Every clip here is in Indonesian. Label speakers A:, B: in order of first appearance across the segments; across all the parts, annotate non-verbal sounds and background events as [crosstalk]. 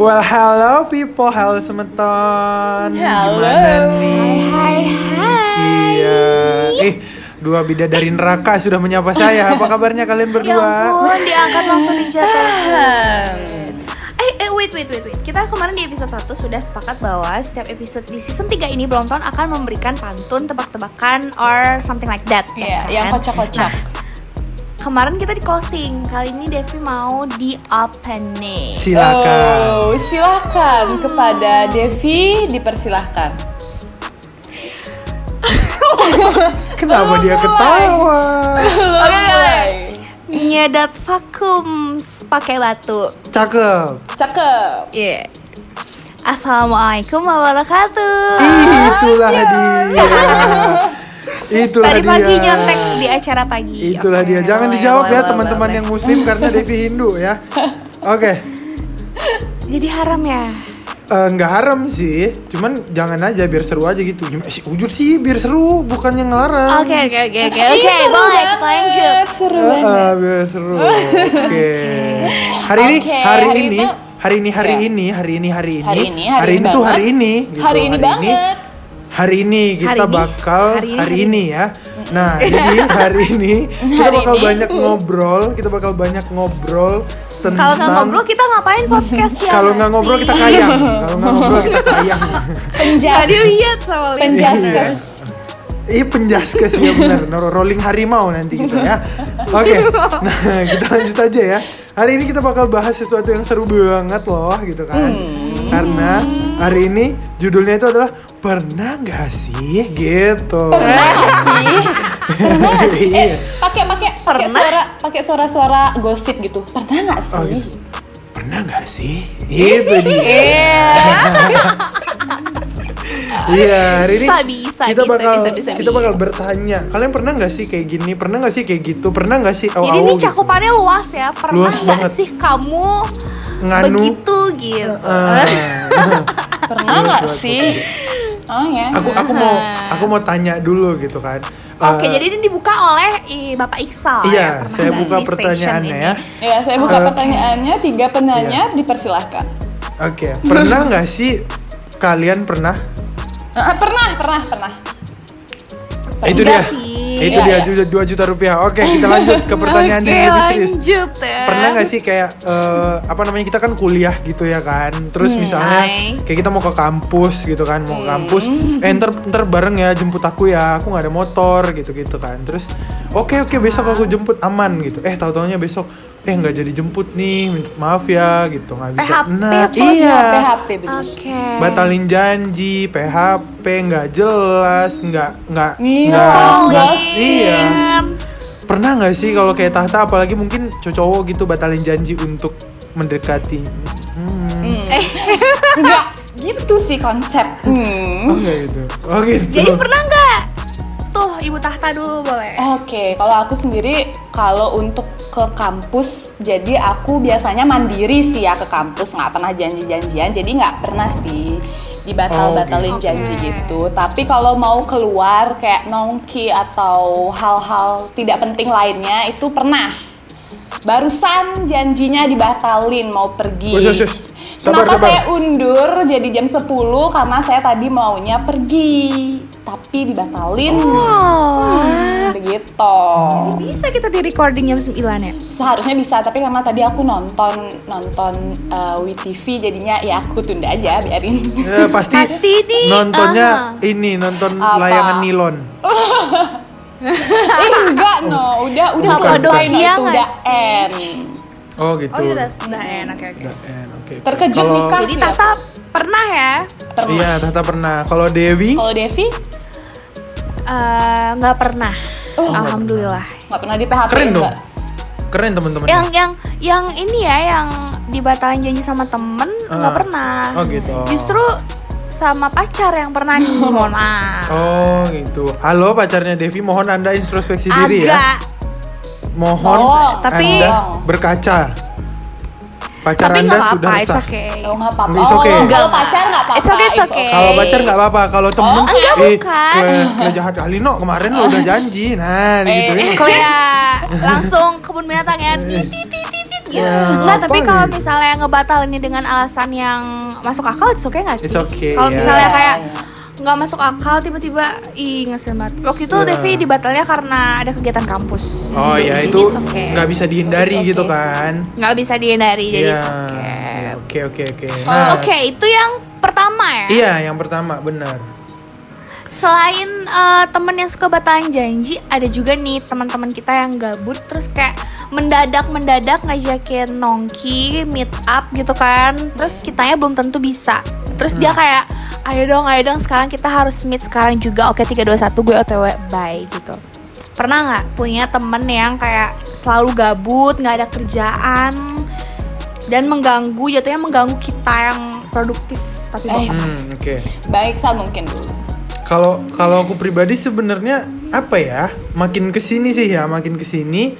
A: Well, hello people, halo semeton.
B: Halo.
A: Gimana nih?
C: Hai, hai,
A: Iya. Eh, dua bidadari neraka sudah menyapa saya. Apa kabarnya kalian
C: Ya
A: berdua?
C: ampun, diangkat langsung
A: [laughs]
C: dijatuhin.
B: Hmm.
C: Eh, eh, wait, wait, wait, wait. Kita kemarin di episode 1 sudah sepakat bahwa setiap episode di season 3 ini Blomton akan memberikan pantun, tebak-tebakan, or something like that. ya
B: Iya,
C: kan?
B: yang kocak-kocak.
C: Kemarin kita di closing, kali ini Devi mau di opening.
A: Silakan.
B: Oh, silakan kepada Devi dipersilahkan.
A: Kenapa
B: Lo
A: dia
B: mulai.
A: ketawa?
B: Oke,
C: mulai. Nyedat vakum pakai batu.
A: Cakep.
B: Cakep.
C: Iya. Assalamualaikum warahmatullahi wabarakatuh.
A: Itulah dia. Itulah
C: Ya. Tadi
A: dia.
C: pagi nyontek di acara pagi.
A: Itulah
C: Oke,
A: dia. Jangan
C: boleh,
A: dijawab
C: boleh,
A: ya
C: boleh,
A: teman-teman
C: boleh.
A: yang muslim karena Devi Hindu ya. Oke.
C: Jadi haram ya.
A: Eh, nggak haram sih, cuman jangan aja biar seru aja gitu. Gimana sih ujur sih biar seru, bukannya ngelarang.
C: Oke oke oke oke
B: Ih, Iya,
C: oke
B: seru
C: boleh
B: banget,
C: lanjut.
B: Seru
A: Eh,
B: banget.
A: eh, biar seru. Oke. Hari ini,
B: Oke,
A: hari
B: hari
A: ini,
B: itu-
A: hari ini, hari
B: Iya.
A: ini, hari ini, hari ini,
B: Hari ini, hari ini
A: tuh
B: banget.
A: hari ini. gitu.
B: Hari ini banget.
A: Hari ini kita
C: Hari ini,
A: bakal hari
C: hari
A: ini,
C: ini, hari
A: ya. Nah, jadi hari ini kita
B: Hari
A: bakal
B: ini.
A: banyak ngobrol, kita bakal banyak ngobrol tentang
C: Kalau nggak ngobrol kita ngapain podcast ya?
A: kalau nggak
C: sih?
A: ngobrol kita kayang, kalau nggak ngobrol kita kayang.
B: Penjas.
C: Tadi lihat sama Lisa.
B: Penjaskes.
A: Iya penjaskes ya benar, Nor- rolling harimau nanti kita ya. Oke, nah kita lanjut aja ya. Hari ini kita bakal bahas sesuatu yang seru banget loh gitu kan.
B: Hmm.
A: Karena hari ini judulnya itu adalah pernah nggak sih gitu.
B: Pernah nggak sih? Pernah nggak sih? Eh,
A: Iya.
B: pakai pakai pakai
C: Pernah.
B: suara pakai suara-suara gosip gitu. Pernah nggak
A: Oh,
B: sih?
A: gitu. Pernah nggak sih? Itu dia.
B: Iya.
A: [laughs] Iya, hari ini
C: Bisa, bisa,
A: kita
C: bisa,
A: bakal
C: bisa, bisa,
A: kita
C: bisa.
A: bakal bertanya. Kalian pernah nggak sih kayak gini? Pernah nggak sih kayak gitu? Pernah nggak sih?
C: Jadi
A: au-au
C: ini
A: gitu?
C: cakupannya luas ya. Pernah
A: Luas
C: nggak
A: banget.
C: sih kamu
A: Nganu.
C: begitu gitu? [laughs]
A: Ah.
B: Pernah
A: Iya,
B: nggak
A: suara
B: sih? Oh ya.
A: aku aku mau aku mau tanya dulu gitu kan.
C: Oke,
A: Eh,
C: jadi ini dibuka oleh eh, Bapak Iksal.
A: iya,
C: ya, Pernah
A: saya
C: nggak
A: buka
C: sih session
A: pertanyaannya
C: ini?
A: ya.
B: Ya, saya buka
A: Oke.
B: pertanyaannya. Tiga penanya dipersilahkan.
A: Oke, pernah nggak sih kalian pernah?
B: Ah, Pernah, pernah, pernah.
A: Itu dia.
C: Enggak sih.
A: Itu
B: Iya,
A: dia
B: iya.
A: juga 2 juta rupiah. Oke, kita lanjut
C: [laughs]
A: ke pertanyaan
C: Oke,
A: yang lebih serius.
C: lanjut ya.
A: Pernah nggak sih kayak eh, apa namanya kita kan kuliah gitu ya kan. Terus misalnya
C: Hmm, hai. Hmm.
A: kayak kita mau ke kampus gitu kan, mau ke kampus, eh ntar, ntar bareng ya jemput aku ya, aku nggak ada motor gitu-gitu kan. Terus oke oke besok aku jemput aman gitu. Eh tahu-taunya besok eh nggak jadi jemput nih, minta maaf ya gitu nggak bisa.
C: PHP
A: nah,
C: terus,
A: iya.
B: PHP bener.
C: Oke.
A: Batalin janji, PHP nggak jelas, nggak nggak
B: Iya,
A: nggak-
B: ngeselin.
A: iya pernah nggak sih kalau kayak tahta apalagi mungkin cowok cowok gitu batalin janji untuk mendekati hmm.
B: Enggak, gitu sih konsep. Hmm.
A: oh nggak gitu oh gitu
C: Jadi pernah nggak? Tuh, Ibu Tahta dulu boleh.
B: Oke, kalau aku sendiri kalau untuk ke kampus, jadi aku biasanya mandiri sih ya ke kampus, nggak pernah janji-janjian, jadi nggak pernah sih dibatal-batalin
C: Oh, gitu.
B: janji
C: Oke.
B: gitu. Tapi kalau mau keluar kayak nongki atau hal-hal tidak penting lainnya itu pernah. Barusan janjinya dibatalin mau pergi.
A: Wes, wes, wes. Sabar,
B: Kenapa
A: sabar.
B: saya undur jadi jam 10 karena saya tadi maunya pergi, tapi dibatalin.
C: Oh.
B: Begitu.
C: Bisa kita di recording jam 9 ya?
B: Seharusnya bisa, tapi karena tadi aku nonton nonton eh, WeTV jadinya ya aku tunda aja
C: [laughs]
B: biarin.
A: Eh, pasti,
C: Pasti di-
A: nontonnya ini nonton
B: ah. Apa?
A: layangan nilon
B: Eh, enggak no, udah udah
A: Bukan,
B: selesai
C: bukan.
B: no,
C: Iya
B: itu
C: nggak
B: udah
C: sih?
B: end.
A: oh gitu
C: Oh, udah sudah enak oke oke.
A: Udah, eh, oke.
B: iya, Terkejut
A: Kalau-
B: nikah.
C: Jadi Tata pernah ya?
B: Pernah.
A: iya tahta pernah kalau Dewi
B: Kalau Devi
C: Eh, nggak pernah.
B: Oh.
C: Alhamdulillah.
B: nggak pernah di PHP
A: keren dong
B: enggak? Ya,
A: keren teman-teman
C: Yang yang yang ini ya yang dibatalin janji sama temen nggak
A: Ah.
C: pernah.
A: Oh, gitu.
C: Justru sama pacar yang
A: [laughs]
C: pernah nih, mohon maaf.
A: oh gitu halo pacarnya Devi mohon anda introspeksi diri ya
C: Agak. Oh,
A: mohon
B: Tolong.
C: Tapi-
A: anda berkaca pacar
C: Tapi
A: anda
C: nggak
A: sudah
C: apa-apa, it's
A: resah
C: okay.
B: Oh nggak apa-apa.
A: It's okay.
B: Oh,
C: Enggak,
B: kalau pacar nggak apa-apa.
C: It's okay, it's okay.
A: Kalau pacar nggak apa-apa, kalau temen
B: Oh, enggak,
A: eh,
C: bukan.
A: kue- kue jahat kali no kemarin lo udah janji, nah gitu.
B: Eh.
C: [laughs] Kalau ya langsung kebun binatang ya. Tit, tit, tit, tit, tit. gitu.
A: Ya,
C: Enggak, tapi
A: apa
C: kalau
A: nih?
C: misalnya ngebatalinnya dengan alasan yang masuk akal itu okay nggak sih?
A: It's okay,
C: kalau
A: ya.
C: misalnya
B: Iya,
C: kayak
B: iya.
C: nggak masuk akal tiba-tiba ih ngeselin banget. Waktu itu
A: Iya.
C: Devi dibatalnya karena ada kegiatan kampus.
A: Oh ya
C: Jadi
A: itu
C: it's okay.
A: nggak bisa dihindari
B: It's okay
A: gitu
B: sih.
A: kan.
C: nggak bisa dihindari jadi
A: Iya.
C: it's okay.
A: Oke oke oke. Nah,
C: Oh, Oke, itu yang pertama ya.
A: Iya, yang pertama benar.
C: Selain eh, temen yang suka batalin janji, ada juga nih teman-teman kita yang gabut terus kayak mendadak-mendadak ngajakin nongki, meet up gitu kan. Terus kitanya belum tentu bisa. Terus dia kayak, "Ayo dong, ayo dong, sekarang kita harus meet sekarang juga." Oke, 3 2 1 gue OTW, bye gitu. Pernah nggak punya temen yang kayak selalu gabut, nggak ada kerjaan dan mengganggu jatuhnya mengganggu kita yang produktif tapi
B: Eh,
C: bohong.
A: Hmm, oke.
B: Baik sal mungkin dulu.
A: Kalau kalau aku pribadi sebenarnya apa ya? Makin kesini sih ya, makin kesini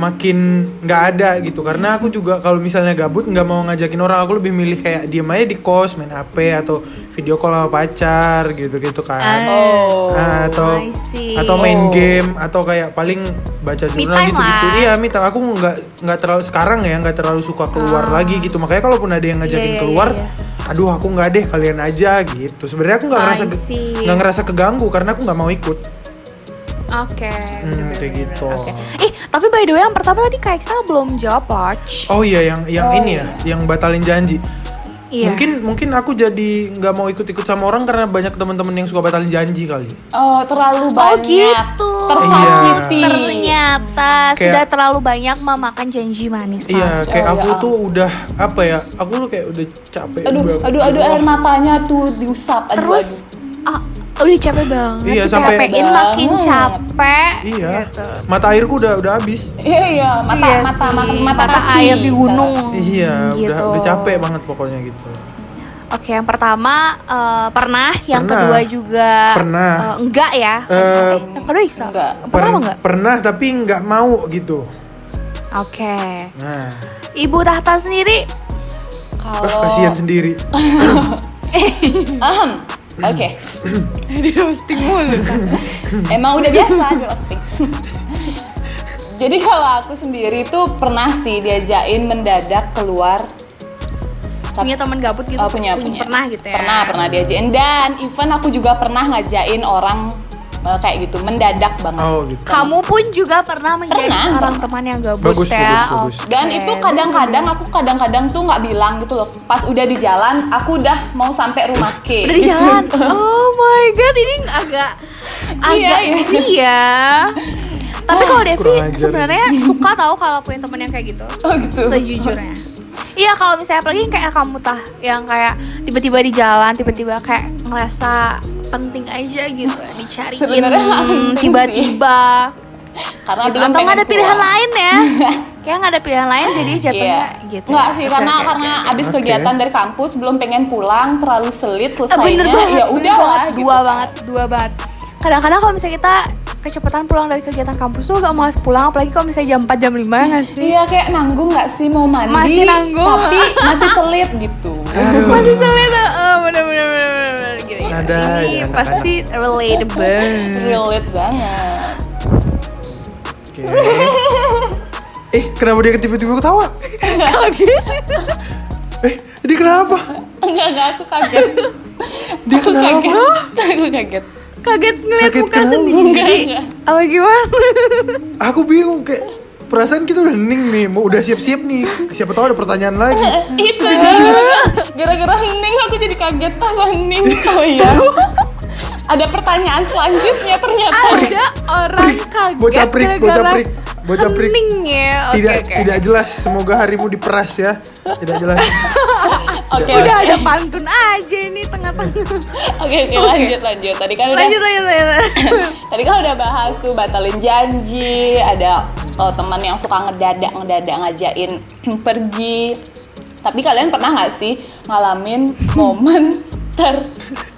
A: makin nggak ada gitu karena aku juga kalau misalnya gabut nggak mau ngajakin orang aku lebih milih kayak diem aja di kos main HP atau video call sama pacar gitu gitu kan
C: Eh,
B: Oh.
A: Ah, atau
C: I see.
A: atau main
B: Oh.
A: game atau kayak paling baca
C: Me
A: jurnal
C: time
A: gitu gitu
C: lah.
A: iya mita aku nggak nggak terlalu sekarang ya nggak terlalu suka keluar lagi gitu makanya kalaupun ada yang
C: Iya,
A: ngajakin
C: Ah. iya,
A: keluar
C: iya,
A: aduh aku nggak deh kalian aja gitu sebenarnya aku nggak
C: I
A: ngerasa
C: see.
A: nggak ngerasa keganggu karena aku nggak mau ikut
C: Oke.
A: kayak
C: bener-bener, bener-bener.
A: gitu.
C: Oke. Ih, Eh, tapi by the way yang pertama tadi Kak Excel belum jawab Lodge.
A: oh iya yang yang
B: Oh,
A: ini ya yang batalin janji
C: Iya.
A: mungkin mungkin aku jadi nggak mau ikut-ikut sama orang karena banyak teman-teman yang suka batalin janji kali
B: Oh, terlalu
C: Oh
B: banyak.
C: gitu.
B: Tersakiti.
A: Iya.
C: Ternyata
A: Kayak-
C: sudah terlalu banyak memakan janji manis
A: Iya,
C: palsu.
A: kayak
B: Oh,
A: aku
B: ya ampun.
A: tuh udah apa ya? Aku tuh kayak udah capek
B: Aduh,
A: banget.
B: aduh, aduh, air matanya tuh diusap. Aduh,
C: Terus ah, udah capek banget.
A: Iya, sampai-
C: dicapein makin
B: Banget.
C: capek.
A: Iya.
C: gitu.
A: Mata airku udah udah habis.
B: aduh. Iya, iya, mata,
C: Iya
B: mata,
C: sih,
B: mata, mata,
C: mata
B: kaki.
C: air di gunung.
A: Iya,
C: gitu.
A: udah udah capek banget pokoknya gitu.
C: Oke, yang pertama eh, pernah, yang
A: Pernah.
C: kedua juga
A: Pernah.
C: eh, enggak ya? Kalau
A: Eh,
C: sampai- yang kedua Excel.
B: enggak.
C: Pernah apa
A: Pern-
C: enggak?
A: Pernah tapi nggak mau gitu.
C: Oke.
A: Nah,
C: Ibu tahta
B: [laughs]
C: sendiri Oh.
A: ah,
B: Kalau
A: kasihan sendiri.
B: Ahem. Oke.
C: di roasting mulu
B: Emang udah
C: [laughs]
B: biasa di roasting. Jadi kalau aku sendiri tuh pernah sih diajain mendadak keluar
C: punya teman gabut gitu
B: Oh, punya, punya.
C: pernah gitu ya
B: Pernah, pernah diajain dan even aku juga pernah ngajain orang eh, kayak gitu mendadak banget.
A: Oh gitu.
C: [laughs] kamu pun juga pernah menjadi
B: Pernah,
C: seorang
B: pernah.
C: teman yang gabut
A: Bagus,
C: ya
A: bagus, bagus.
C: Oke.
B: Dan itu kadang-kadang aku kadang-kadang tuh nggak bilang gitu loh. Pas udah di jalan, aku udah mau sampai rumah K.
C: udah di
B: gitu.
C: jalan oh my god ini agak
B: Iya,
C: agak
B: iya.
C: ini ya tapi kalau Devi
A: kurang ajar.
C: sebenarnya suka tahu kalau punya teman yang kayak gitu
B: Oh, gitu.
C: sejujurnya Iya kalau misalnya apalagi yang kayak kamu tah yang kayak tiba-tiba di jalan tiba-tiba kayak ngerasa penting aja gitu dicariin
B: Sebenarnya [laughs] nggak penting sih.
C: tiba-tiba
B: Karena
C: Gitu.
B: belum
C: atau nggak
B: kan, pengen
C: ada pilihan
B: keluar. Iya.
C: lain
B: [laughs]
C: ya kayak nggak ada pilihan lain jadi jatuhnya gitu
B: Nggak
C: ya.
B: sih,
C: Oke,
B: karena
C: oke, oke.
B: karena abis
A: Oke.
B: kegiatan dari kampus belum pengen pulang, terlalu selit
C: Eh, bener
B: selesainya.
C: banget
B: ya
C: bener
B: udah
C: banget.
B: lah, gitu
C: dua
B: kan.
C: banget dua banget kadang-kadang kalau misalnya kita kecepatan pulang dari kegiatan kampus tuh gak malas pulang apalagi kalau misalnya jam 4 jam 5 ya nggak sih
B: Iya kayak nanggung nggak sih mau mandi?
C: Masih nanggung.
B: Tapi masih selit gitu.
A: Aduh.
C: masih sulit eh, bener bener bener bener, bener gini, gini.
A: Ada,
C: ini
A: ya,
C: pasti relatable
B: Relate banget.
A: Oke. Eh, kenapa dia tiba-tiba ketawa? Eh, dia kenapa?
B: Enggak enggak aku kaget.
A: Dia
B: aku
A: kenapa?
B: kaget. aku kaget.
C: kaget ngeliat
A: Kaget kan?
C: muka
A: kenapa?
C: sendiri
B: Enggak,
C: apa gimana
A: Aku bingung kayak perasaan kita udah hening nih, mau udah siap-siap nih. Siapa tahu ada pertanyaan lagi.
C: Eh,
B: Itu gara-gara gara-gara hening aku jadi kaget aku hening. Oh iya. Ada pertanyaan selanjutnya ternyata.
C: ada orang eh, kaget
A: Bocah prik, bocah
C: gara-gara
A: prik, bocah prik.
C: hening ya oke
A: tidak
C: oke.
A: tidak jelas. Semoga harimu diperas ya. Tidak jelas.
B: Oke.
C: Udah
B: oke.
C: ada pantun aja ini tengah-tengah.
B: [laughs] Oke oke lanjut lanjut. Tadi kan udah
C: [laughs] Lanjut lanjut lanjut.
B: Tadi kan udah bahas tuh batalin janji, ada eh, teman yang suka ngedadak ngedadak ngajain [clears throat] pergi. Tapi kalian pernah nggak sih ngalamin momen ter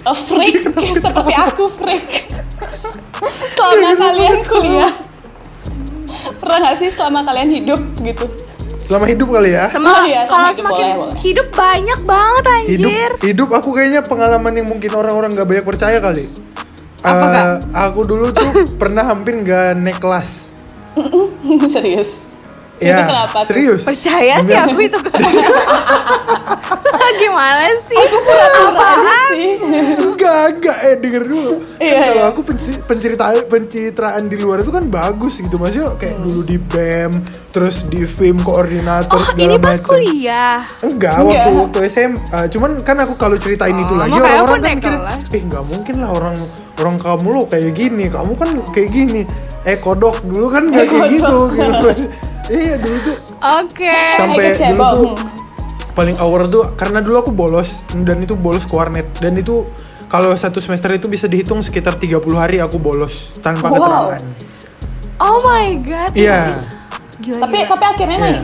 B: eh, freak [laughs] seperti aku freak [laughs] selama kalian kuliah? Pernah nggak sih selama kalian hidup gitu? [laughs]
A: Selama hidup kali ya.
C: Semua
B: Oh iya, sama
C: kalau
B: hidup
C: semakin
B: boleh, boleh.
C: hidup banyak banget
A: Hidup
C: anjir.
A: hidup aku kayaknya pengalaman yang mungkin orang-orang nggak banyak percaya kali.
C: Apa,
A: Eh,
C: Kak?
A: [laughs] aku dulu tuh pernah hampir nggak naik kelas.
B: Serius? Itu kenapa
A: Ya,
B: tuh?
A: serius.
C: [laughs] Percaya sih
A: Enggak.
C: aku itu Kak.
A: [laughs]
C: Gimana sih?
B: Apaan sih?
A: Enggak, enggak. Eh, denger dulu. Kan
B: Iya,
A: kalau
B: iya.
A: aku penci- penceritaan pencitraan di luar itu kan bagus gitu. Maksudnya kayak dulu di BEM, terus di film koordinator
D: Oh, ini
A: segala
D: pas
A: macem.
D: kuliah.
A: Enggak,
B: Enggak.
A: waktu waktu SMA. Cuman kan aku kalau ceritain itu
C: Oh,
A: lagi
C: makanya
A: orang-orang
C: aku
A: kan
C: naik
A: mikir,
C: kelas.
A: eh nggak mungkin lah orang orang kamu lo kayak gini, kamu kan kayak gini. Eh kodok dulu kan nggak
B: Eh,
A: kayak gitu,
B: kodok.
A: [laughs] gitu. Iya dulu tuh
C: Oke.
A: sampai
B: ikut
A: dulu
B: cebong.
A: tuh paling awal tuh karena dulu aku bolos dan itu bolos ke warnet dan itu kalau satu semester itu bisa dihitung sekitar 30 hari aku bolos tanpa
B: Wow.
A: keterangan.
C: Oh my god.
A: Iya.
D: Gila,
B: Tapi
D: gila.
B: tapi akhirnya
A: Iya.
B: naik.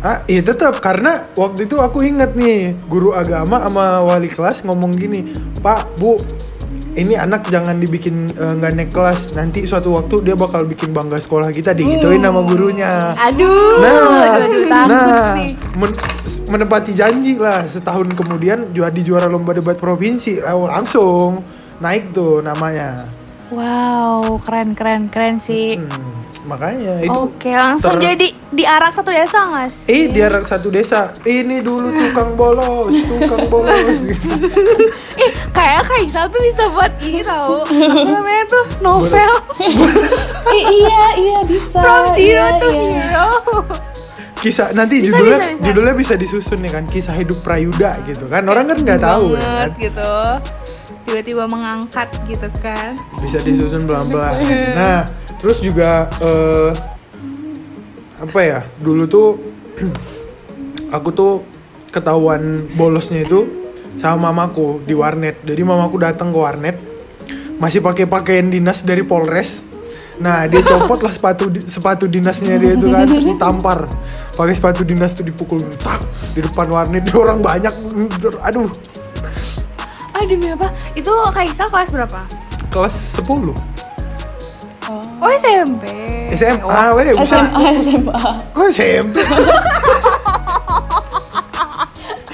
A: Ah, iya tetap karena waktu itu aku inget nih guru agama sama wali kelas ngomong gini, Pak Bu, ini anak jangan dibikin eh, nggak naik kelas. Nanti suatu waktu dia bakal bikin bangga sekolah kita digituin sama gurunya.
C: Aduh.
A: Nah,
C: aduh, takut
A: nah,
C: nih.
A: men- menepati janji lah setahun kemudian juara di juara lomba debat provinsi Lah, langsung naik tuh namanya.
C: Wow, keren keren keren sih.
A: Hmm, makanya itu
D: Oke, langsung
A: ter-
D: jadi diarak satu desa nggak sih?
A: Eh, dia orang satu desa. Ini dulu tukang bolos, tukang bolos.
C: Ih, Eh, kayak Kaisal tuh bisa buat ini
B: [laughs]
C: tau Apa namanya tuh? Novel
B: Ih, iya, iya bisa.
C: [laughs] From Zero
B: Iya,
C: to
B: iya.
C: Hero
A: Kisah nanti
D: Bisa,
A: judulnya
D: bisa, bisa.
A: judulnya bisa disusun nih kan, kisah hidup Prayuda gitu kan. Orang kan nggak tahu ya
C: Banget
A: kan.
C: gitu Tiba-tiba mengangkat gitu kan
A: Bisa disusun pelan-pelan. Nah, terus juga eh apa ya? Dulu tuh [clears throat] aku tuh ketahuan bolosnya itu sama mamaku di warnet. Jadi mamaku datang ke warnet masih pakai pakaian dinas dari Polres. Nah, dia copot lah sepatu di- sepatu dinasnya dia itu kan terus ditampar. Pakai sepatu dinas tuh dipukul tak di depan warnet orang banyak. Aduh,
C: Ah demi apa? Itu Kaisal kelas berapa?
A: kelas 10.
C: Oh SMP Eh,
A: SMA, weh, buset.
B: SMA SMA.
A: Kok SMP?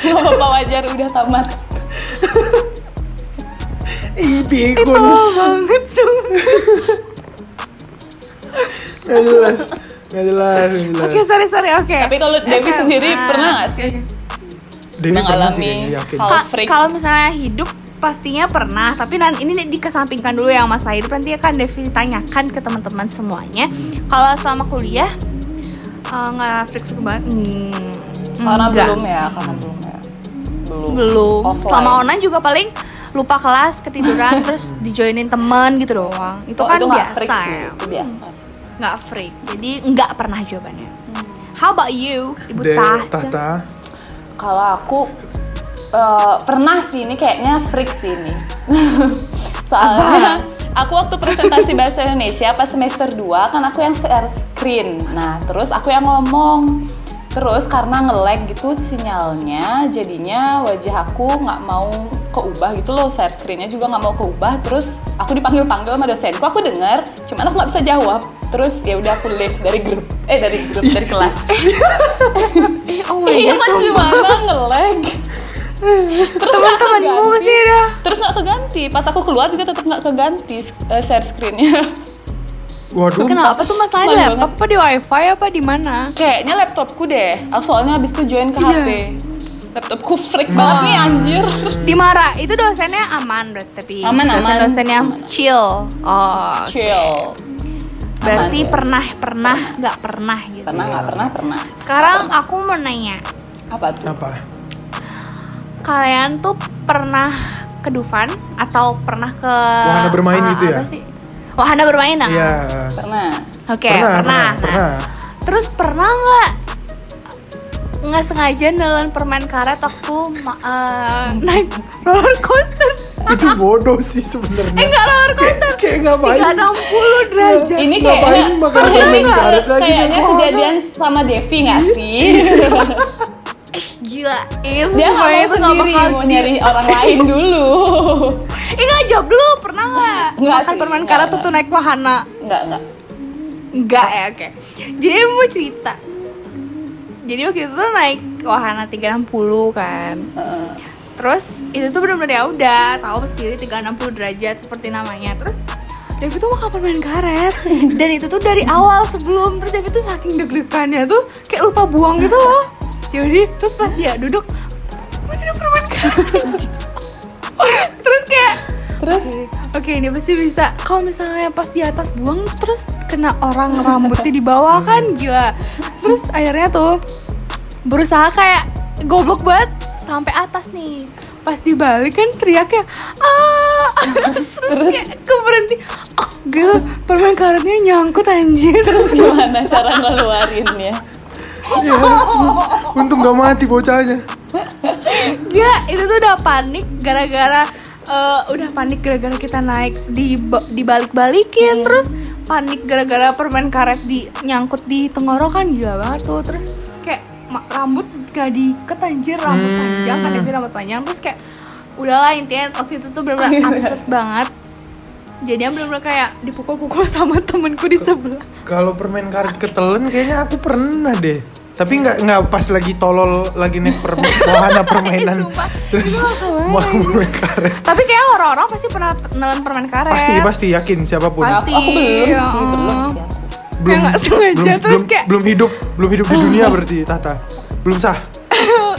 B: Gak apa-apa wajar udah tamat.
A: Ih, pikun.
C: Oh banget cung
A: Gak jelas. Gak jelas. nggak jelas.
C: Oke sorry sorry oke
B: Tapi kalau Devi
C: SMA.
B: sendiri pernah nggak sih
A: Dewi pernah
B: mengalami
A: sih, Dewi, yakin.
B: hal-
C: Ka-
B: freak.
C: Kalau misalnya hidup pastinya pernah tapi nanti ini dikesampingkan dulu yang masalah hidup nanti akan Devi tanyakan ke teman-teman semuanya kalau selama kuliah eh, nggak freak freak banget hmm,
B: Karena
C: enggak.
B: belum ya, karena belum ya. Belum.
C: belum
B: Offline.
C: selama online juga paling lupa kelas ketiduran [laughs] terus dijoinin temen gitu doang itu
B: Oh,
C: kan
B: nggak freak
C: biasa
B: sih,
C: ya.
B: itu biasa sih.
C: nggak freak jadi nggak pernah jawabannya how about you ibu
A: De-
C: tahta
A: Tahta.
B: Kalau aku eh, pernah sih ini kayaknya freak sih ini. [laughs] Soalnya aku waktu presentasi bahasa Indonesia pas semester 2 kan aku yang share screen. Nah, terus aku yang ngomong. Terus karena nge-lag gitu sinyalnya, jadinya wajah aku nggak mau keubah gitu loh, share screennya juga nggak mau keubah. Terus aku dipanggil-panggil sama dosenku, aku dengar, cuman aku nggak bisa jawab. Terus ya udah aku leave dari grup, eh dari grup dari kelas.
C: oh my
B: Iya
C: god
B: kan
C: sumpah.
B: gimana nge-lag Terus gak
C: teman-temanmu
B: keganti.
C: masih ada.
B: Terus gak keganti Pas aku keluar juga tetap gak keganti eh, share screennya [laughs]
A: Waduh.
C: kenapa tuh masalah di
B: Malu
C: laptop apa di wifi apa di mana
B: Kayaknya laptopku deh Aku soalnya habis itu join ke
C: Iya.
B: HP Laptopku freak banget nih anjir
C: Dimara itu dosennya aman berarti tapi
B: Aman, aman.
C: dosen dosen yang
B: Aman, aman.
C: chill oh
B: Chill
C: berarti
B: Aman.
C: pernah pernah nggak pernah gitu
B: Pernah gak pernah pernah
C: sekarang aku mau nanya
B: Apa tuh?
A: Apa?
C: Nah. kalian tuh pernah ke Dufan atau pernah ke
A: Wahana bermain
C: ah,
A: gitu ya?
C: apa sih? wahana bermain nah
A: Iya.
B: Pernah
C: oke pernah, Nah,
A: pernah.
C: terus pernah nggak nggak sengaja nelen permain karet waktu ma- eh, naik roller coaster
A: Itu bodoh sih sebenarnya.
C: eh nggak roller coaster
A: Kayak- Kayak ngapain?
C: 360 derajat
B: Ini
A: Ngapain
B: kayaknya
A: makan permen karet lagi
B: Kayaknya
A: di
B: kejadian sama Devi gak sih? [laughs]
C: Gila, Im,
B: Dia gak
C: pokoknya itu
B: mau sendiri
C: bakal
B: Mau
C: di-
B: nyari orang lain [laughs] dulu
C: Ih, nggak, jawab dulu, pernah nggak?
B: Nggak
C: Makan
B: sih,
C: permen
B: nggak,
C: karet tuh
B: nggak.
C: tuh naik wahana
B: Enggak, enggak
C: Enggak ya, oke Jadi Im mau cerita Jadi waktu itu tuh naik wahana 360 kan
B: Heeh.
C: Terus itu tuh bener-bener ya udah tahu sendiri 360 derajat seperti namanya Terus Devi tuh mau kapan main karet dan itu tuh dari awal sebelum terus Devi tuh saking deg-degannya tuh kayak lupa buang gitu loh jadi terus pas dia duduk masih udah main karet [laughs] terus kayak
B: Terus
C: Oke, ini pasti bisa. Kalau misalnya pas di atas buang terus kena orang rambutnya di bawah kan gila. Terus akhirnya tuh berusaha kayak goblok banget sampai atas nih. Pas dibalik kan teriaknya ah [laughs] terus, kayak keberhenti. Oh, gila, permen karetnya nyangkut anjir.
B: terus [laughs] gimana cara ngeluarinnya?
A: Iya. Untung gak mati bocahnya.
C: Gak, itu tuh udah panik gara-gara eh, udah panik gara-gara kita naik di dibalik-balikin
A: Hmm.
C: terus panik gara-gara permen karet di nyangkut di tenggorokan Kan gila banget tuh terus kayak ma- rambut gak diikat anjir rambut
A: Hmm.
C: panjang kan Devi rambut panjang terus kayak udahlah intinya waktu itu tuh
A: [laughs]
C: bener-bener absurd banget jadinya bener-bener kayak dipukul-pukul [laughs] sama temenku di sebelah
A: Kalau permen karet ketelen kayaknya aku pernah deh. Tapi nggak nggak pas lagi tolol lagi naik
C: [laughs]
A: permen wahana permainan.
C: Sumpah,
A: Terus mau permen karet.
C: tapi kayak orang-orang pasti pernah nelen permen karet
A: Pasti pasti yakin siapapun.
C: Pasti.
B: Aku belum
C: Ya.
B: sih, belum sih aku.
C: kayak nggak sengaja,
A: belum,
C: terus
A: belum-
C: kayak- Oh.
A: belum hidup belum hidup di dunia berarti Tata. Belum sah.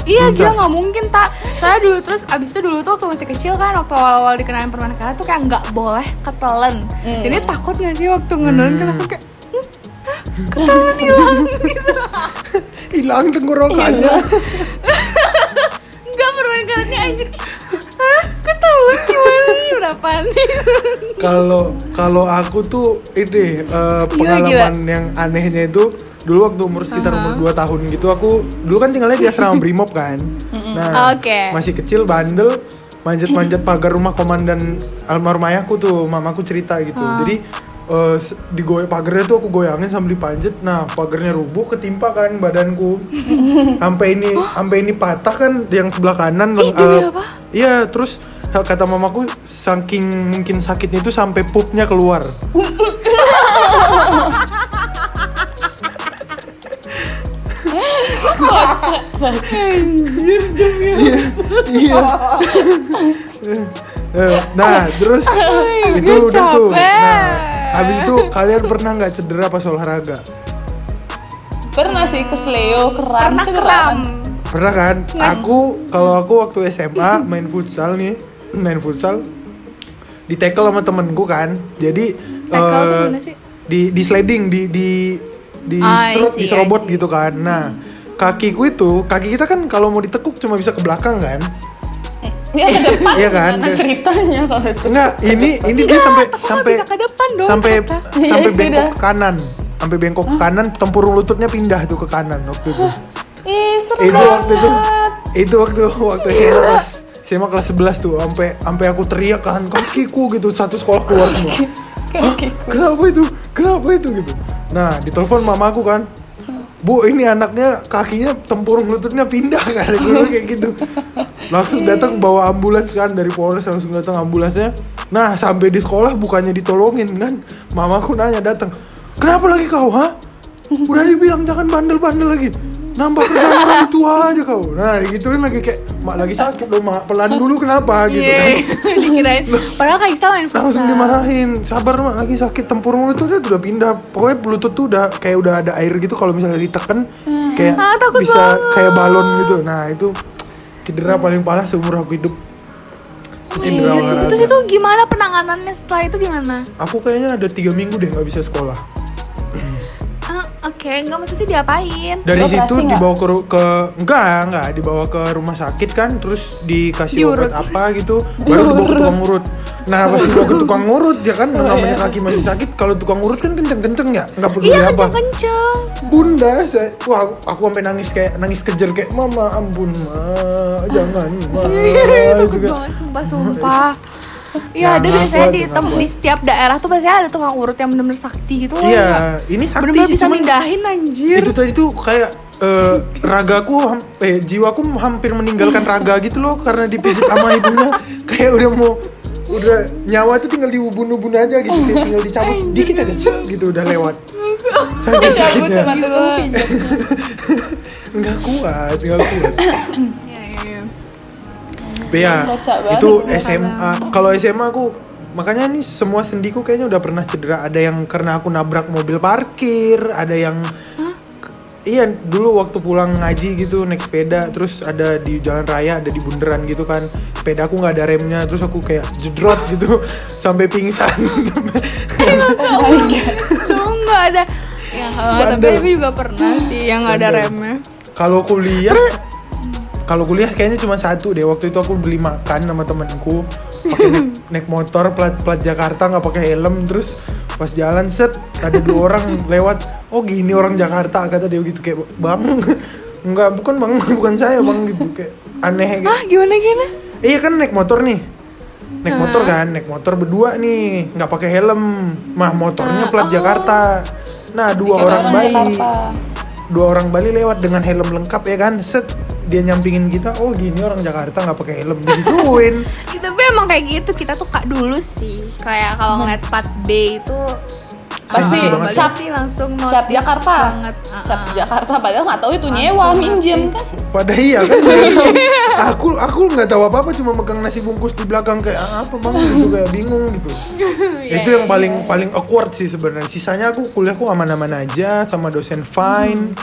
C: iya
A: Bisa.
C: gila nggak mungkin tak saya dulu terus abis itu dulu tuh waktu masih kecil kan waktu awal-awal dikenalin permen karet tuh kayak nggak boleh ketelen
B: Hmm.
C: jadi takut nggak sih waktu ngenelin kan
A: Hmm.
C: langsung kayak "Hmm, ketelen [laughs] hilang gitu
A: Hilang tenggorokannya.
C: nggak permen karetnya anjir Hah? ketelen gimana nih berapa [laughs] nih
A: Kalau kalau aku tuh ini eh, pengalaman yang anehnya itu dulu waktu umur sekitar umur 2 tahun gitu aku dulu kan tinggalnya di asrama Brimob kan. Nah,
C: Oke.
A: masih kecil bandel manjat-manjat pagar rumah komandan almarhum ayahku tuh mamaku cerita gitu. Jadi eh, s- digoyang pagarnya tuh aku goyangin sambil dipanjat. Nah, pagarnya rubuh ketimpa kan badanku. sampai ini sampai ini patah kan yang sebelah kanan
C: Ih,
A: leng-
C: demi
A: eh,
C: apa?
A: Iya, terus kata mamaku saking mungkin sakitnya itu sampai pupnya keluar. Iya, iya. Eh, nah, terus itu
C: gue
A: udah tuh.
C: capek.
A: Nah, habis itu kalian pernah nggak cedera pas olahraga?
B: Pernah sih ke Sleo, keram,
C: karena
B: sih
C: kram
A: Pernah kan? Aku kalau aku waktu SMA main futsal nih, main futsal di tackle sama temenku kan. Jadi
C: Tackle
A: eh,
C: tuh gimana sih?
A: di di sliding di di di
C: Ah, I
A: serut,
C: see,
A: diserobot
C: I see.
A: gitu kan. Nah, kakiku itu, kaki kita kan kalau mau ditekuk cuma bisa ke belakang kan.
B: Ya ke depan
A: Iya kan?
B: gimana ceritanya kalau itu.
A: Enggak,
C: [laughs]
A: ini ini dia sampai sampai
C: Iya, bisa ke depan dong, [laughs]
A: sampai
C: ternyata.
A: sampai
B: Iya, itu
A: bengkok
B: dah.
A: ke kanan. Sampai bengkok ke kanan, tempurung lututnya pindah tuh ke kanan waktu itu.
B: Ih, seru
A: itu waktu itu
B: banget.
A: itu waktu waktu SMA kelas SMA kelas 11 tuh sampai sampai aku teriak kan kakiku gitu satu sekolah keluar semua
B: Oke.
A: kenapa itu kenapa itu gitu nah ditelepon mamaku kan Bu, ini anaknya kakinya tempurung lututnya pindah [laughs] kan dulu kayak gitu. Langsung datang bawa ambulans kan dari Polres langsung datang ambulansnya. Nah, sampai di sekolah bukannya ditolongin kan. Mamaku nanya datang, "Kenapa lagi kau, ha?" Udah dibilang jangan bandel-bandel lagi. Nambah kerjaan orang tua aja kau. Nah, gituin lagi kayak, "Mak lagi sakit dong, Mak. Pelan dulu kenapa?" gitu kan
C: Yeay, Iya, [laughs] dikirain padahal kayak Isal main
A: langsung
C: futsal
A: dimarahin sabar mak lagi sakit tempurung lututnya tuh udah pindah pokoknya lutut tuh udah kayak udah ada air gitu kalau misalnya diteken kayak
C: Ah, takut
A: bisa
C: banget.
A: kayak balon gitu nah itu cedera paling parah seumur aku hidup cedera
C: Iya,
A: olahraga.
C: terus itu gimana penanganannya setelah itu gimana?
A: aku kayaknya ada tiga minggu deh nggak bisa sekolah
C: Ah, Oke, nggak maksudnya diapain?
A: dari
B: Dioperasi
A: situ
B: nggak?
A: dibawa ke, ru- ke enggak enggak dibawa ke rumah sakit kan terus dikasih
C: Diurut.
A: obat apa
C: [laughs]
A: gitu baru dibawa ke tukang urut nah pas dibawa ke tukang urut ya
C: Oh,
A: kan namanya kaki masih sakit kalau tukang urut kan kenceng-kenceng ya nggak peduli
C: Iya
A: apa
C: kenceng-kenceng.
A: Bunda, saya, wah aku, aku sampai nangis kayak nangis kejer kayak mama ampun ma, jangan ma.
C: Iya,
A: Gitu kan.
C: Takut
A: Juga.
C: banget sumpah sumpah. Iya,
A: Jangan
C: ada biasanya
A: buat,
C: di
A: jangan
C: tem-
A: buat.
C: di setiap daerah tuh biasanya ada tukang urut yang bener-bener sakti gitu loh.
A: Iya, ini sakti
C: Bener-bener
A: sih
C: bisa
A: cuman
C: mindahin anjir.
A: itu tadi tuh kayak eh, ragaku ham- eh jiwaku hampir meninggalkan raga gitu loh karena dipijit sama ibunya [laughs] kayak udah mau udah nyawa tuh tinggal diubun-ubun aja gitu kayak tinggal dicabut sedikit aja set, gitu udah lewat sakit
B: Cabut sama
A: sakitnya
B: tukang pijat.
A: nggak kuat nggak kuat
C: [coughs] Iya, iya, iya.
A: Bea,
B: Kocak banget
A: itu
B: ya,
A: SMA. Kalau SMA aku makanya ini semua sendiku kayaknya udah pernah cedera ada yang karena aku nabrak mobil parkir ada yang Iya, dulu waktu pulang ngaji gitu naik sepeda, terus ada di jalan raya, ada di bundaran gitu kan. Sepeda aku nggak ada remnya, terus aku kayak jedrot gitu [laughs] sampai pingsan. [laughs]
C: Tuh nggak ada. Ya,
A: Bandel.
C: tapi aku juga pernah sih yang nggak ada
A: Bandel.
C: remnya.
A: Iya. Kalau kuliah, kalau kuliah kayaknya cuma satu deh. Waktu itu aku beli makan sama temenku, pakai
C: [laughs]
A: naik, naik motor plat plat Jakarta nggak pakai helm, terus pas jalan set ada dua
C: [laughs]
A: orang lewat. Oh gini orang Jakarta kata dia gitu kayak bang, [laughs] nggak bukan bang, [laughs] bukan saya bang gitu kayak aneh kayak.
C: Ah gimana gimana?
A: Iya kan naik motor nih. Naik motor kan, naik motor berdua nih, nggak pakai helm. Mah motornya
C: Oh.
A: plat Jakarta. Nah, dua
B: Dikira
A: orang
B: orang
A: Bali.
B: Jakarta.
A: Dua orang Bali lewat dengan helm lengkap ya kan. Set dia nyampingin kita, "Oh, gini orang Jakarta nggak pakai helm." Digituin.
C: Itu tapi emang kayak gitu kita tuh kak dulu sih. Kayak kalau ngeliat part B itu
B: Pasti
A: Sensi banget.
B: cap
C: sih langsung notice
B: cap Jakarta.
C: banget. Ah,
B: Cap
C: ah.
B: Jakarta padahal nggak tahu itu nyewa
C: Langsung
B: minjem kan.
A: [laughs] Padahal iya kan. aku aku nggak tahu apa-apa cuma megang nasi bungkus di belakang kayak "Ah, apa Bang gitu kayak bingung gitu. itu yang paling paling awkward sih sebenarnya. Sisanya aku kuliahku aman-aman aja sama dosen fine.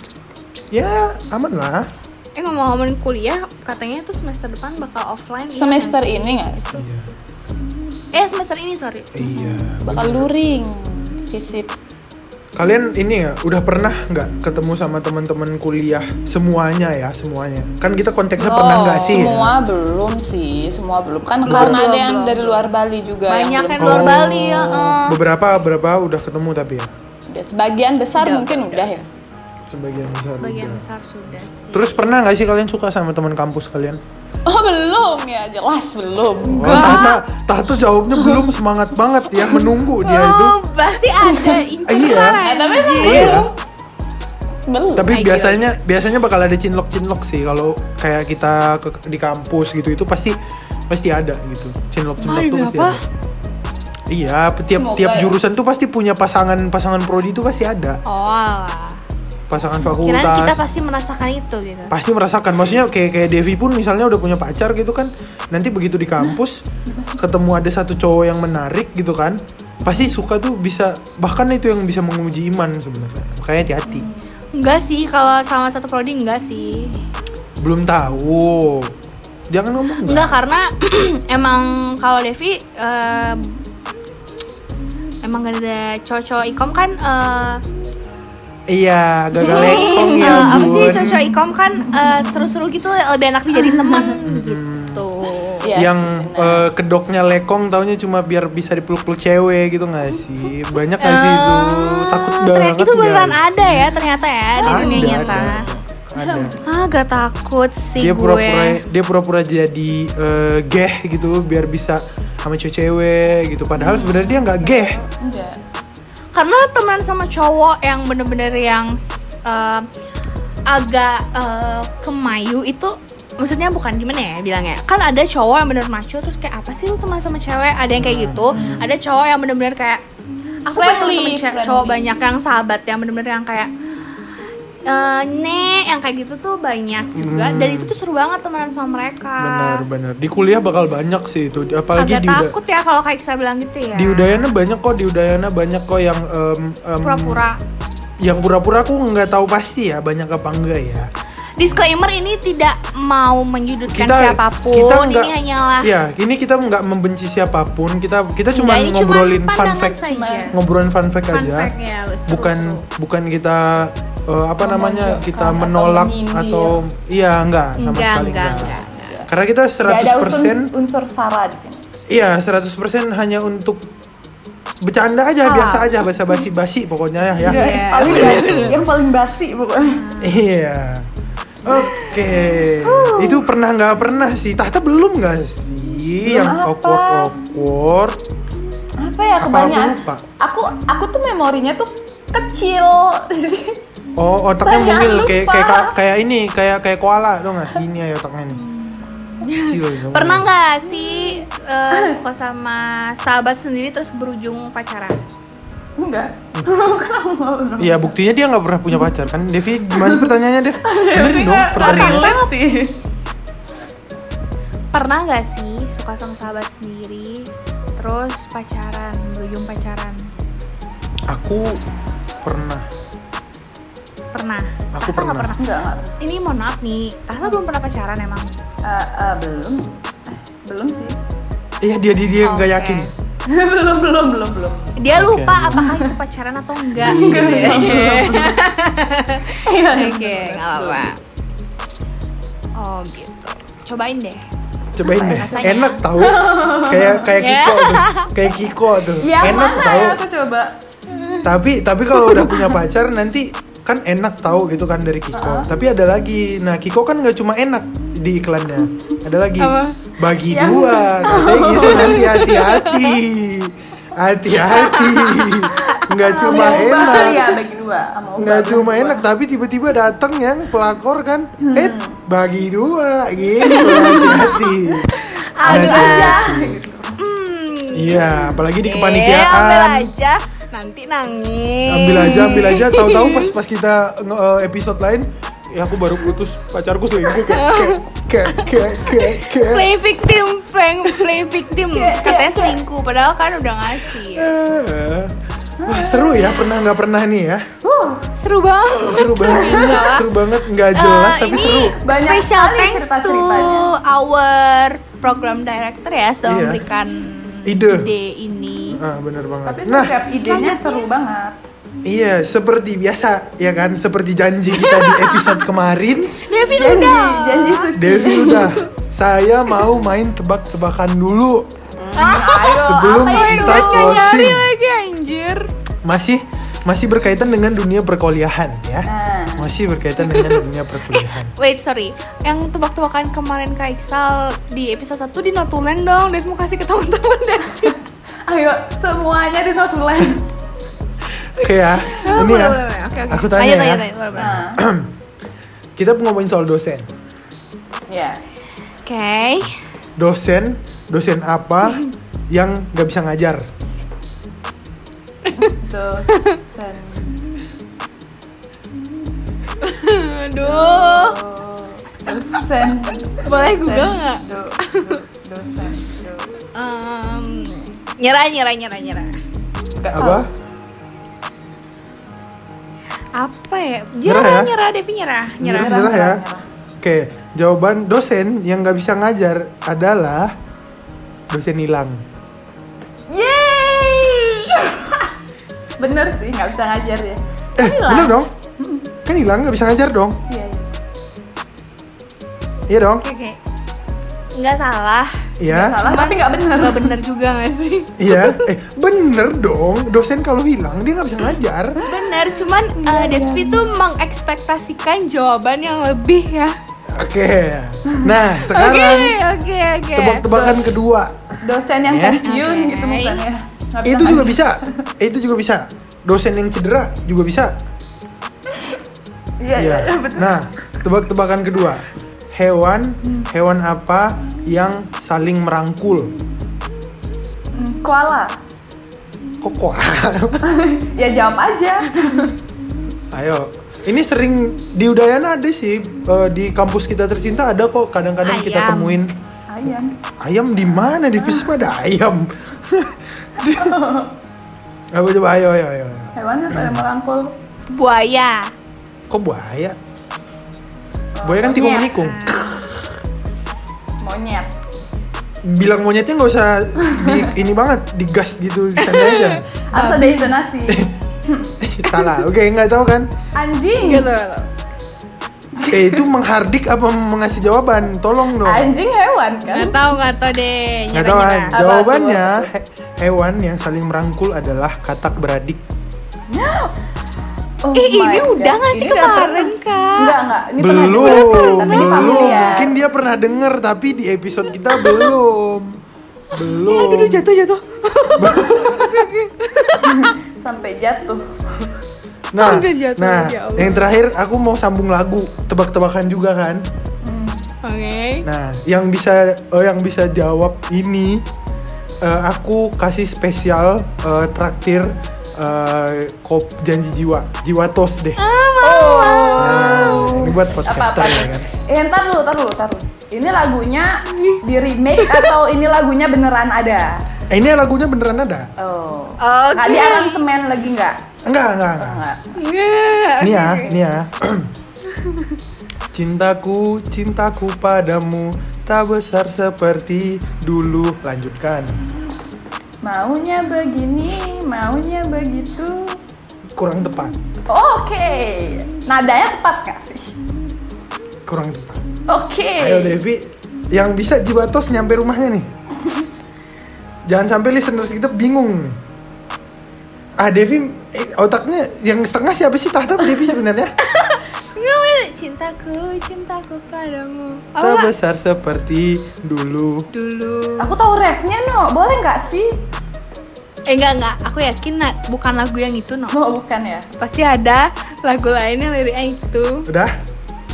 A: Ya, aman lah.
C: Eh ngomong-ngomongin kuliah, katanya tuh semester depan bakal offline. iya
B: Semester
C: nggak
B: ini nggak sih?
A: Iya.
C: sih? Eh semester ini sorry.
A: Iya.
B: Bakal luring fisip.
A: Kalian ini ya udah pernah nggak ketemu sama teman-teman kuliah semuanya ya semuanya? Kan kita konteksnya pernah nggak sih? ya?
B: Oh, Semua belum sih, semua belum. Kan
A: Belum.
B: karena ada
C: Belum,
B: yang
C: belum.
B: dari luar Bali juga
C: Banyak
B: yang
C: yang
B: belum.
C: luar Bali ya. eh.
A: Oh. Beberapa beberapa udah ketemu tapi ya
B: Udah, sebagian besar mungkin udah ya.
A: sebagian besar.
C: Sebagian
A: udah.
C: besar sudah sih.
A: Terus pernah nggak sih kalian suka sama teman kampus kalian?
B: Oh, belum ya, jelas belum.
A: Oh, Tata, Tata jawabnya belum semangat banget ya menunggu dia itu.
C: Oh,
A: [laughs]
C: pasti ada
A: Eh,
C: incer
A: iya.
B: Eh, tapi emang
A: Iya.
B: belum. Belum.
A: Tapi
C: Ideal.
A: biasanya biasanya bakal ada cinlok-cinlok sih kalau kayak kita ke- di kampus gitu itu pasti pasti ada gitu. Cinlok-cinlok
C: Kemarin
A: tuh pasti
C: berapa?
A: ada. Iya, pe- tiap
B: Semoga
A: tiap
B: ya.
A: jurusan tuh pasti punya pasangan-pasangan prodi itu pasti ada.
C: Oh, alah.
A: Pasangan
C: Kirain kita
A: fakultas.
C: pasti merasakan itu gitu.
A: Pasti merasakan. Maksudnya kayak kayak Devi pun misalnya udah punya pacar gitu kan. Nanti begitu di kampus ketemu ada satu cowok yang menarik gitu kan. Pasti suka tuh bisa bahkan itu yang bisa menguji iman sebenarnya. Makanya hati-hati.
C: Enggak sih, kalau sama satu prodi enggak sih.
A: Belum tahu. Jangan ngomong enggak.
C: Enggak karena [clears throat] emang kalau Devi eh, emang gak ada cowok-cowok ikom kan eh,
A: Iya,
C: [laughs]
A: gagal lekong
C: eh,
A: ya.
C: apa sih
A: Bun.
C: cowok-cowok ikom kan eh, seru-seru gitu lebih enak
A: [laughs]
C: dijadiin teman gitu.
B: Iya
A: yang
B: sih, benar.
A: eh, kedoknya lekong taunya cuma biar bisa dipeluk-peluk cewek gitu gak sih? Banyak gak sih itu?
C: Eh,
A: gitu, Takut
C: ternyata
A: banget
C: itu beneran
A: nggak
C: ada
A: sih?
C: ya ternyata ya di
A: Ada,
C: dunia nyata.
A: Ada. ada.
C: Ah, gak takut sih
A: Dia
C: gue.
A: pura-pura ya? dia pura-pura jadi eh, geh gitu biar bisa sama cewek-cewek gitu. Padahal sebenarnya dia nggak geh.
B: Enggak.
C: karena temenan sama cowok yang bener-bener yang s- eh, agak eh, kemayu itu maksudnya bukan gimana ya bilangnya kan ada cowok yang bener maco terus kayak apa sih lu teman sama cewek ada yang kayak gitu
A: Hmm.
C: ada cowok yang bener-bener kayak aku banyak
B: Friendly,
C: temen ce-
B: friendly.
C: cowok banyak yang sahabat yang bener-bener yang kayak eh, nek yang kayak gitu tuh banyak juga dan
A: Hmm.
C: itu tuh seru banget temenan sama mereka
A: Benar-benar. Di kuliah bakal banyak sih itu. Apalagi
C: agak
A: di uda-
C: takut ya kalau kayak saya bilang gitu ya
A: di Udayana banyak kok di Udayana banyak kok yang em, em,
C: pura-pura
A: yang pura-pura aku nggak tahu pasti ya banyak apa enggak ya
C: Disclaimer ini tidak mau menjudutkan siapapun.
A: nggak-
C: ini hanyalah
A: ya ini kita nggak membenci siapapun kita kita cuma
C: Enggak, ini cuma
A: ngobrolin fun
C: pandangan
A: fact
C: saja.
A: ngobrolin fun fact
C: Fun
A: aja
C: fact ya, seru,
A: bukan
C: seru.
A: bukan kita eh, apa namanya
B: Memojokkan
A: kita
B: atau
A: menolak
B: menyindir.
A: atau iya enggak sama
C: Enggak,
A: sekali
C: enggak,
A: enggak,
C: enggak,
A: karena kita
B: Enggak
A: 100%
B: ada unsur, unsur sara di sini.
A: Iya, 100% hanya untuk bercanda aja, biasa aja, bahasa basi-basi pokoknya ya.
C: Ah. Iya.
B: Paling basi, yang paling basi pokoknya.
A: Iya. Oke. Itu pernah nggak pernah sih? Tahta belum nggak sih
B: Belum
A: yang
B: apa?
A: awkward awkward?
B: Apa ya
A: Apa
B: kebanyakan?
A: aku lupa?
B: Aku aku tuh memorinya tuh kecil. [laughs]
A: Oh, otaknya
B: Saya
A: mungil
B: lupa.
A: kayak kayak ka- kayak ini, kayak kayak koala tuh nggak? Gini ya otaknya nih. Kecil, semua.
C: Pernah nggak sih eh, suka sama sahabat sendiri terus berujung pacaran?
B: Enggak.
A: Iya, buktinya dia nggak pernah punya pacar kan? Devi, gimana sih pertanyaannya,
B: [laughs]
A: Dev? Bener
B: Tapi
A: dong
B: nggak-
A: pertanyaannya.
B: nggak sih.
C: Pernah nggak sih suka sama sahabat sendiri Terus pacaran, berujung pacaran.
A: Aku pernah.
C: Pernah.
A: Aku
C: Tahta nggak
A: pernah.
B: Enggak, enggak.
C: Ini mohon maaf nih, Tahta belum pernah pacaran emang.
B: Eh, eh, belum. Eh, belum sih.
A: Iya dia dia dia nggak
C: Oke.
A: yakin.
B: [laughs] belum, belum, belum, belum.
C: Dia
A: Oke.
C: lupa apakah itu pacaran atau enggak. gitu ya.
B: [laughs] Iya.
C: Oke, nggak apa-apa. Oh gitu. Cobain deh.
A: Cobain deh.
C: rasanya?
A: Enak tahu. kayak
B: [laughs]
A: kayak Kiko tuh. Kayak Kiko tuh.
B: Yang
A: enak
B: Iya. mana
A: tahu.
B: ya aku coba?
A: Tapi tapi kalau udah punya pacar nanti kan enak tahu gitu kan dari Kiko. Tapi ada lagi. Nah, Kiko kan nggak cuma enak di iklannya. Ada lagi. Bagi
B: Yang-
A: dua. Katanya gitu nanti hati-hati. Hati-hati. Nggak cuma
B: Sama Ubah
A: enak.
B: kali ya bagi dua. Sama Ubah,
A: Nggak
B: sama
A: cuma
B: Ubah.
A: enak tapi tiba-tiba datang yang pelakor kan. Eh, bagi dua gitu. Hati-hati.
C: Aduh aja.
A: Iya, apalagi di
C: Eh, ambil
A: kepanitiaan.
C: aja. Nanti nangis.
A: ambil aja ambil aja
C: [laughs]
A: tahu-tahu pas pas kita nge- eh, episode lain ya aku baru putus pacarku selingkuh kayak kayak kayak kayak kayak
C: Play victim, prank, play victim. Katanya selingkuh, padahal kan udah ngasih.
A: Eh, Wah seru ya pernah nggak pernah nih ya
C: Seru banget.
A: seru banget seru banget nggak jelas
C: Eh,
A: tapi
C: ini
A: seru
B: Banyak
C: special
B: sekali
C: thanks to
B: cerita-ceritanya.
C: our program director ya sudah
A: Iya.
C: memberikan
A: Ide.
C: ide ini.
A: ah bener banget
B: Tapi
A: nah
B: setiap idenya
C: ya.
B: seru ya. banget.
A: iya seperti biasa ya kan seperti janji kita di episode kemarin
C: Devi
B: Janji,
C: udah.
B: janji suci.
A: Devi udah saya mau main tebak-tebakan dulu
B: Nah,
A: sebelum kita
C: nyari
A: closing
C: lagi anjir.
A: masih masih berkaitan dengan dunia perkuliahan ya
B: Nah.
A: masih berkaitan dengan dunia perkuliahan
C: Wait, sorry. Yang tebak-tebakan kemarin Kak Iksal di episode 1 di notulen dong. Dev mau kasih ke teman-teman Devi. [laughs]
B: Ayo semuanya di notulen.
A: oke ya
C: Oh,
A: ini ya aku tanya
C: Ayo,
A: ya
C: tanya, tanya, boleh, boleh.
B: Nah,
A: kita mau ngomongin soal dosen
B: ya.
C: Oke.
A: dosen dosen apa yang nggak bisa ngajar
B: Dosen.
C: Aduh.
B: Dosen.
C: Boleh
B: Dosen.
C: Google nggak?
B: Do- do- Dosen. do-
C: Em, nyerah, nyerah, nyerah, nyerah.
B: nggak tahu.
A: apa
C: Apa ya?
A: Nyerah ya?
C: Nyerah, nyerah, Devi nyerah. Nyerah.
A: nyerah, nyerah ya
B: nyerah, nyerah.
A: oke jawaban dosen yang nggak bisa ngajar adalah dosen hilang
B: Yeay! [laughs] Bener sih, nggak bisa ngajar ya.
A: eh bener dong kan hilang nggak bisa ngajar dong
B: Iya, iya.
A: iya dong
C: Oke, oke. Nggak salah.
A: iya
B: Salah tapi nggak bener.
C: Nggak bener juga nggak sih?
A: iya eh bener dong dosen kalau hilang dia nggak bisa ngajar
C: Bener, cuman eh, Devi tuh mengekspektasikan jawaban yang lebih ya.
A: Oke. Nah,
C: Oke,
A: sekarang
C: oke, oke.
A: tebak-tebakan kedua.
B: Dosen yang
A: Ya.
B: pensiun
C: Oke.
B: gitu bukan ya? Nggak
A: Itu juga
B: ngajar.
A: bisa. Itu juga bisa. Dosen yang cedera juga bisa.
B: Iya, iya, iya, betul.
A: Nah, tebak-tebakan kedua. Hewan, hewan apa yang saling merangkul?
B: Hmm, Koala. [laughs]
A: Kok kok?
B: Ya jawab aja. [laughs]
A: Ayo. Ini sering di Udayana ada sih eh, di kampus kita tercinta ada kok kadang-kadang kita
C: Ayam.
A: temuin
B: Ayam.
A: ayam di mana di Visip ada ayam. Di- Apa coba ayo ayo ayo.
B: Hewan yang saling merangkul.
C: Buaya.
A: Kok buaya? Buaya kan tikung
B: monyet.
A: menikung.
B: Monyet.
A: Bilang monyetnya nggak usah di
B: [laughs]
A: ini banget, digas gitu disana aja.
B: Harus ada
C: [laughs]
B: intonasi.
A: Salah. Oke, nggak tahu kan?
B: Anjing.
C: Gitu loh.
A: Eh itu menghardik apa mengasih jawaban? Tolong dong.
B: Anjing hewan kan?
C: Nggak tahu, nggak tahu deh.
A: Nggak tahu kan?
C: Nyerah, nyerah.
B: Apa tuh,
A: Jawabannya
B: apa tuh?
A: he- hewan yang saling merangkul adalah katak beradik.
B: [gasps] Oh
C: Eh,
B: my
C: ini
B: God.
C: udah nggak sih
B: Ini udah
C: kemarin,
B: pernah.
C: Kak?
B: Enggak, enggak. Ini pernah
A: belum,
B: juga, tapi ini ya.
A: belum.
B: familiar.
A: Mungkin dia pernah denger tapi di episode kita belum. Belum.
C: Aduh, jatuh, jatuh.
B: sampai jatuh.
A: Nah,
C: Hampir jatuh,
A: nah,
C: ya Allah.
A: yang terakhir aku mau sambung lagu, tebak-tebakan juga kan?
C: Oke.
A: Nah, yang bisa eh, yang bisa jawab ini eh, aku kasih spesial eh, traktir eh, kop janji jiwa, jiwa tos deh.
C: Oh.
A: Oh. Nah, ini buat podcaster ya kan.
B: Eh, ntar dulu, ntar dulu, ntar dulu. Ini lagunya di remake atau ini lagunya beneran ada?
A: Eh, ini lagunya beneran ada?
B: Oh.
C: Oke.
B: Ada aransemen lagi nggak?
A: Enggak, enggak, enggak.
B: Nggak.
C: Iya.
A: Nih ya, nih ya. [clears throat] cintaku, cintaku padamu tak besar seperti dulu. Lanjutkan.
B: Maunya begini, maunya begitu.
A: Kurang tepat.
B: Oke. Nadanya tepat nggak sih?
A: Kurang tepat.
B: Oke.
A: Ayo Devi, yang bisa Jibatos nyampe rumahnya nih. Jangan sampai listeners kita bingung nih. Ah Devi, eh, otaknya yang setengah siapa sih tahta apa Devi sebenarnya?
C: Nggak, cintaku, cintaku padamu.
A: tak besar seperti dulu.
C: Dulu.
B: Aku tahu refnya no, boleh nggak sih?
C: Eh enggak enggak, aku yakin na- bukan lagu yang itu, no.
B: Oh bukan ya.
C: Pasti ada lagu lain yang liriknya itu.
A: Udah?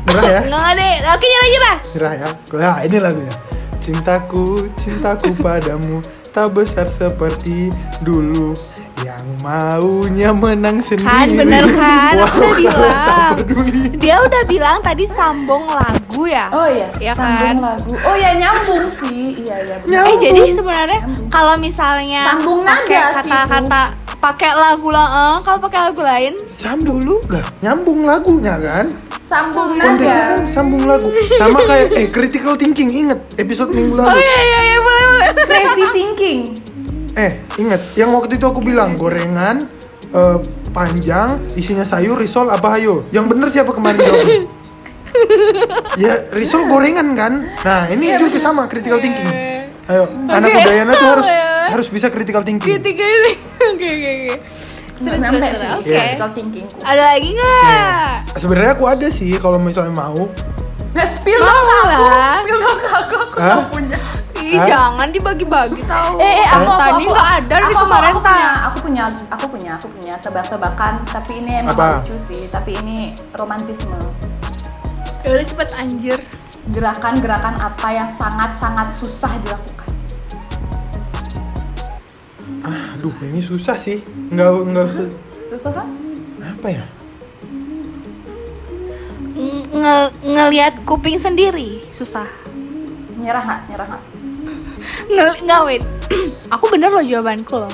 A: Nyerah ya?
C: Enggak deh, oke nyerah aja lah.
A: Nyerah ya? Nah, ini lagunya. Cintaku, cintaku padamu tak besar seperti dulu. Yang maunya menang sendiri.
C: bener kan? Aku udah
A: Walau tak
C: bilang.
A: peduli.
C: Dia udah bilang tadi sambung lagu ya.
B: Oh iya,
C: Iya
B: sambung
C: kan?
B: lagu. Oh ya nyambung sih. Iya iya. benar.
C: Eh jadi sebenarnya kalau misalnya
B: Sambung nada
C: pakai
B: sih itu.
C: kata-kata pakai lagu lah, eh, kalau pakai lagu lain
A: Sam dulu lah, nyambung lagunya kan?
B: Sambung
A: Konteksnya kan
B: nada.
A: sambung lagu. Sama kayak eh critical thinking inget episode minggu lalu.
C: iya iya iya boleh boleh.
B: Crazy thinking.
A: Eh, inget yang waktu itu aku bilang gorengan eh, panjang isinya sayur risol apa hayo? Yang bener siapa kemarin jawabnya? ya risol gorengan kan? Nah, ini juga sama critical thinking. Ayo, anak budayana tuh harus harus bisa critical thinking.
C: Tiga ini. [laughs] Oke oke oke.
B: Nggak nyampe sih.
A: Oke.
B: Critical thinking.
C: Ada lagi nggak?
A: Sebenarnya aku ada sih kalau misalnya mau.
B: Nah, spill dong ke
C: Mau lah.
B: aku. Spill dong ke aku. Aku
A: Hah?
B: nggak punya.
C: Ih,
A: Hah?
C: jangan dibagi-bagi tahu.
B: Eh, eh aku, aku,
C: tadi
B: aku-
C: nggak ada
B: aku-
C: di
B: aku-
C: kemarin
B: aku
C: tak.
B: punya, aku punya, aku punya, aku punya tebak-tebakan. Tapi ini emang
A: Apa?
B: lucu sih. Tapi ini romantisme.
C: Ya udah cepet anjir.
B: Gerakan-gerakan apa yang sangat-sangat susah dilakukan?
A: Aduh, ini susah sih. Nggak nggak usah.
B: Susah kan?
A: Apa ya?
C: Ng- nge- ngelihat kuping sendiri susah.
B: Nyerah nggak? Nyerah nggak?
C: Ngel nggak wait. [clears throat] aku bener loh jawabanku loh.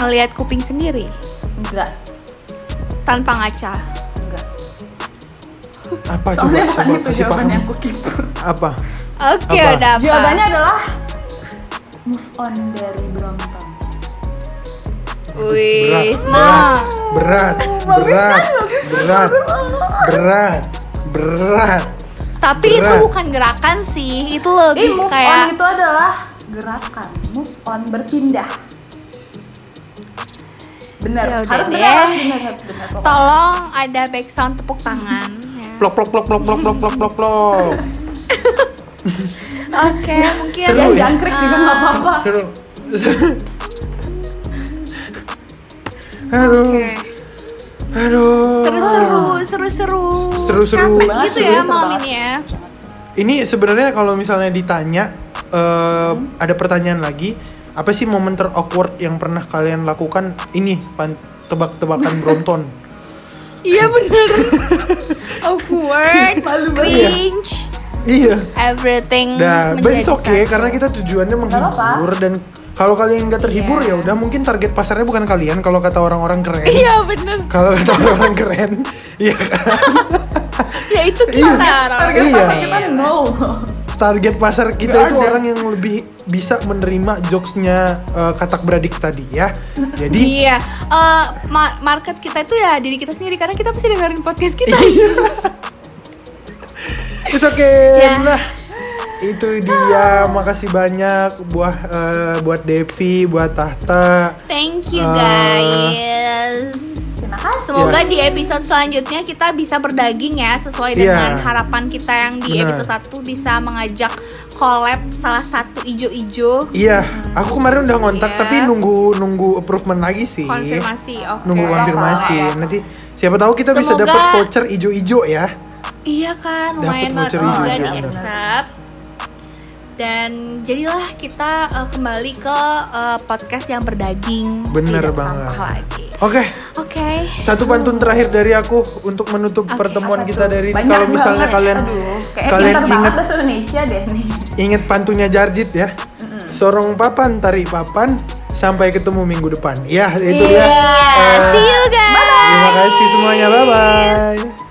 C: Ngelihat kuping sendiri
B: Enggak.
C: tanpa ngaca.
B: Enggak.
A: Apa Eh, coba?
B: Soalnya bukan
A: coba
B: itu
A: kasih
B: jawaban
A: paham.
B: yang kukipur.
A: Apa?
C: Oke,
A: Apa?
C: udah apa?
B: Jawabannya adalah move on dari Brompton.
C: Wih,
A: Berat,
C: nah.
A: berat, berat, berat, berat, berat.
C: Tapi itu
A: Berat.
C: bukan gerakan sih, itu
B: Ih,
C: lebih
B: Eh, move on
C: kayak
B: itu adalah gerakan move on berpindah. Bener,
C: Ya udah
B: harus
C: deh.
B: bener, harus bener, harus bener. pokoknya.
C: tolong ada back sound tepuk tangan. ya.
A: Plok plok plok plok plok plok plok plok plok.
C: Oke, mungkin
A: Seru
B: Yang
A: ya?
B: jangkrik juga
C: Ah.
B: nggak apa-apa.
A: Seru. Seru. Aduh,
C: Oke.
A: aduh.
C: Seru-seru, seru-seru.
A: Seru-seru.
B: Seru
C: Capek gitu
B: banget,
C: ya
B: seru
C: malam
B: banget.
C: ini ya.
A: Ini sebenarnya kalau misalnya ditanya eh, ada pertanyaan lagi, apa sih momen ter-awkward yang pernah kalian lakukan? Ini pan-
C: [laughs]
A: tebak-tebakan Brompton.
C: Iya
A: [laughs]
C: bener. Awkward,
B: Malu banget.
C: cringe,
A: iya.
C: everything.
A: ya. Nah, but
C: Hmm, menjadi
A: it's okay
C: satu.
A: karena kita tujuannya menghibur
B: apa-apa.
A: dan kalau kalian nggak terhibur ya
C: Iya.
A: udah mungkin target pasarnya bukan kalian kalau kata orang-orang keren.
C: Iya bener.
A: Kalau kata orang-orang keren, [laughs] ya
C: Ya itu
A: Iya.
C: kita.
B: Target
A: Iya.
B: pasar kita kan, no.
A: target pasar kita
B: Nggak
A: itu
B: ada.
A: orang yang lebih bisa menerima jokesnya eh, katak beradik tadi
C: [laughs]
A: ya. Jadi
C: Iya, Eh, ma- market kita itu ya diri kita sendiri karena kita pasti dengerin podcast kita.
A: Iya. itu okay.
C: Ya.
A: Nah, itu dia. Makasih banyak buah eh, buat Devi, buat Tahta.
C: Thank you
A: Eh.
C: guys.
B: Terima kasih.
C: Semoga di episode selanjutnya kita bisa berdaging ya sesuai
A: Iya.
C: dengan harapan kita yang di
A: Benar.
C: episode 1 bisa mengajak collab salah satu ijo-ijo
A: Iya, aku kemarin udah ngontak
C: Iya.
A: tapi nunggu nunggu improvement lagi sih.
C: konfirmasi. Oke.
A: nunggu
B: Iya,
A: konfirmasi nanti siapa tahu kita bisa
C: Semoga-
A: dapat voucher ijo-ijo ya
C: Iya kan,
A: Dapat
C: lumayan banget
A: voucher
C: juga
A: hijau.
C: di accept. Dan jadilah kita uh, kembali ke uh, podcast yang berdaging,
A: Bener
C: tidak
A: banget.
C: sampah lagi.
A: oke
C: Oke.
A: satu pantun terakhir dari aku untuk menutup
C: Oke,
A: pertemuan
B: Apa
A: kita
B: tuh?
A: dari
B: Banyak
A: kalau
B: banget.
A: misalnya kalian
B: Aduh, kayaknya
A: kalian
B: pinter banget
A: inget
B: bahasa Indonesia deh nih.
A: inget pantunnya Jarjit ya Sorong Papan, Tari Papan. Sampai ketemu minggu depan. Ya, itu
B: Iya.
A: dia. Eh,
D: See you guys.
A: Terima kasih semuanya. Bye-bye.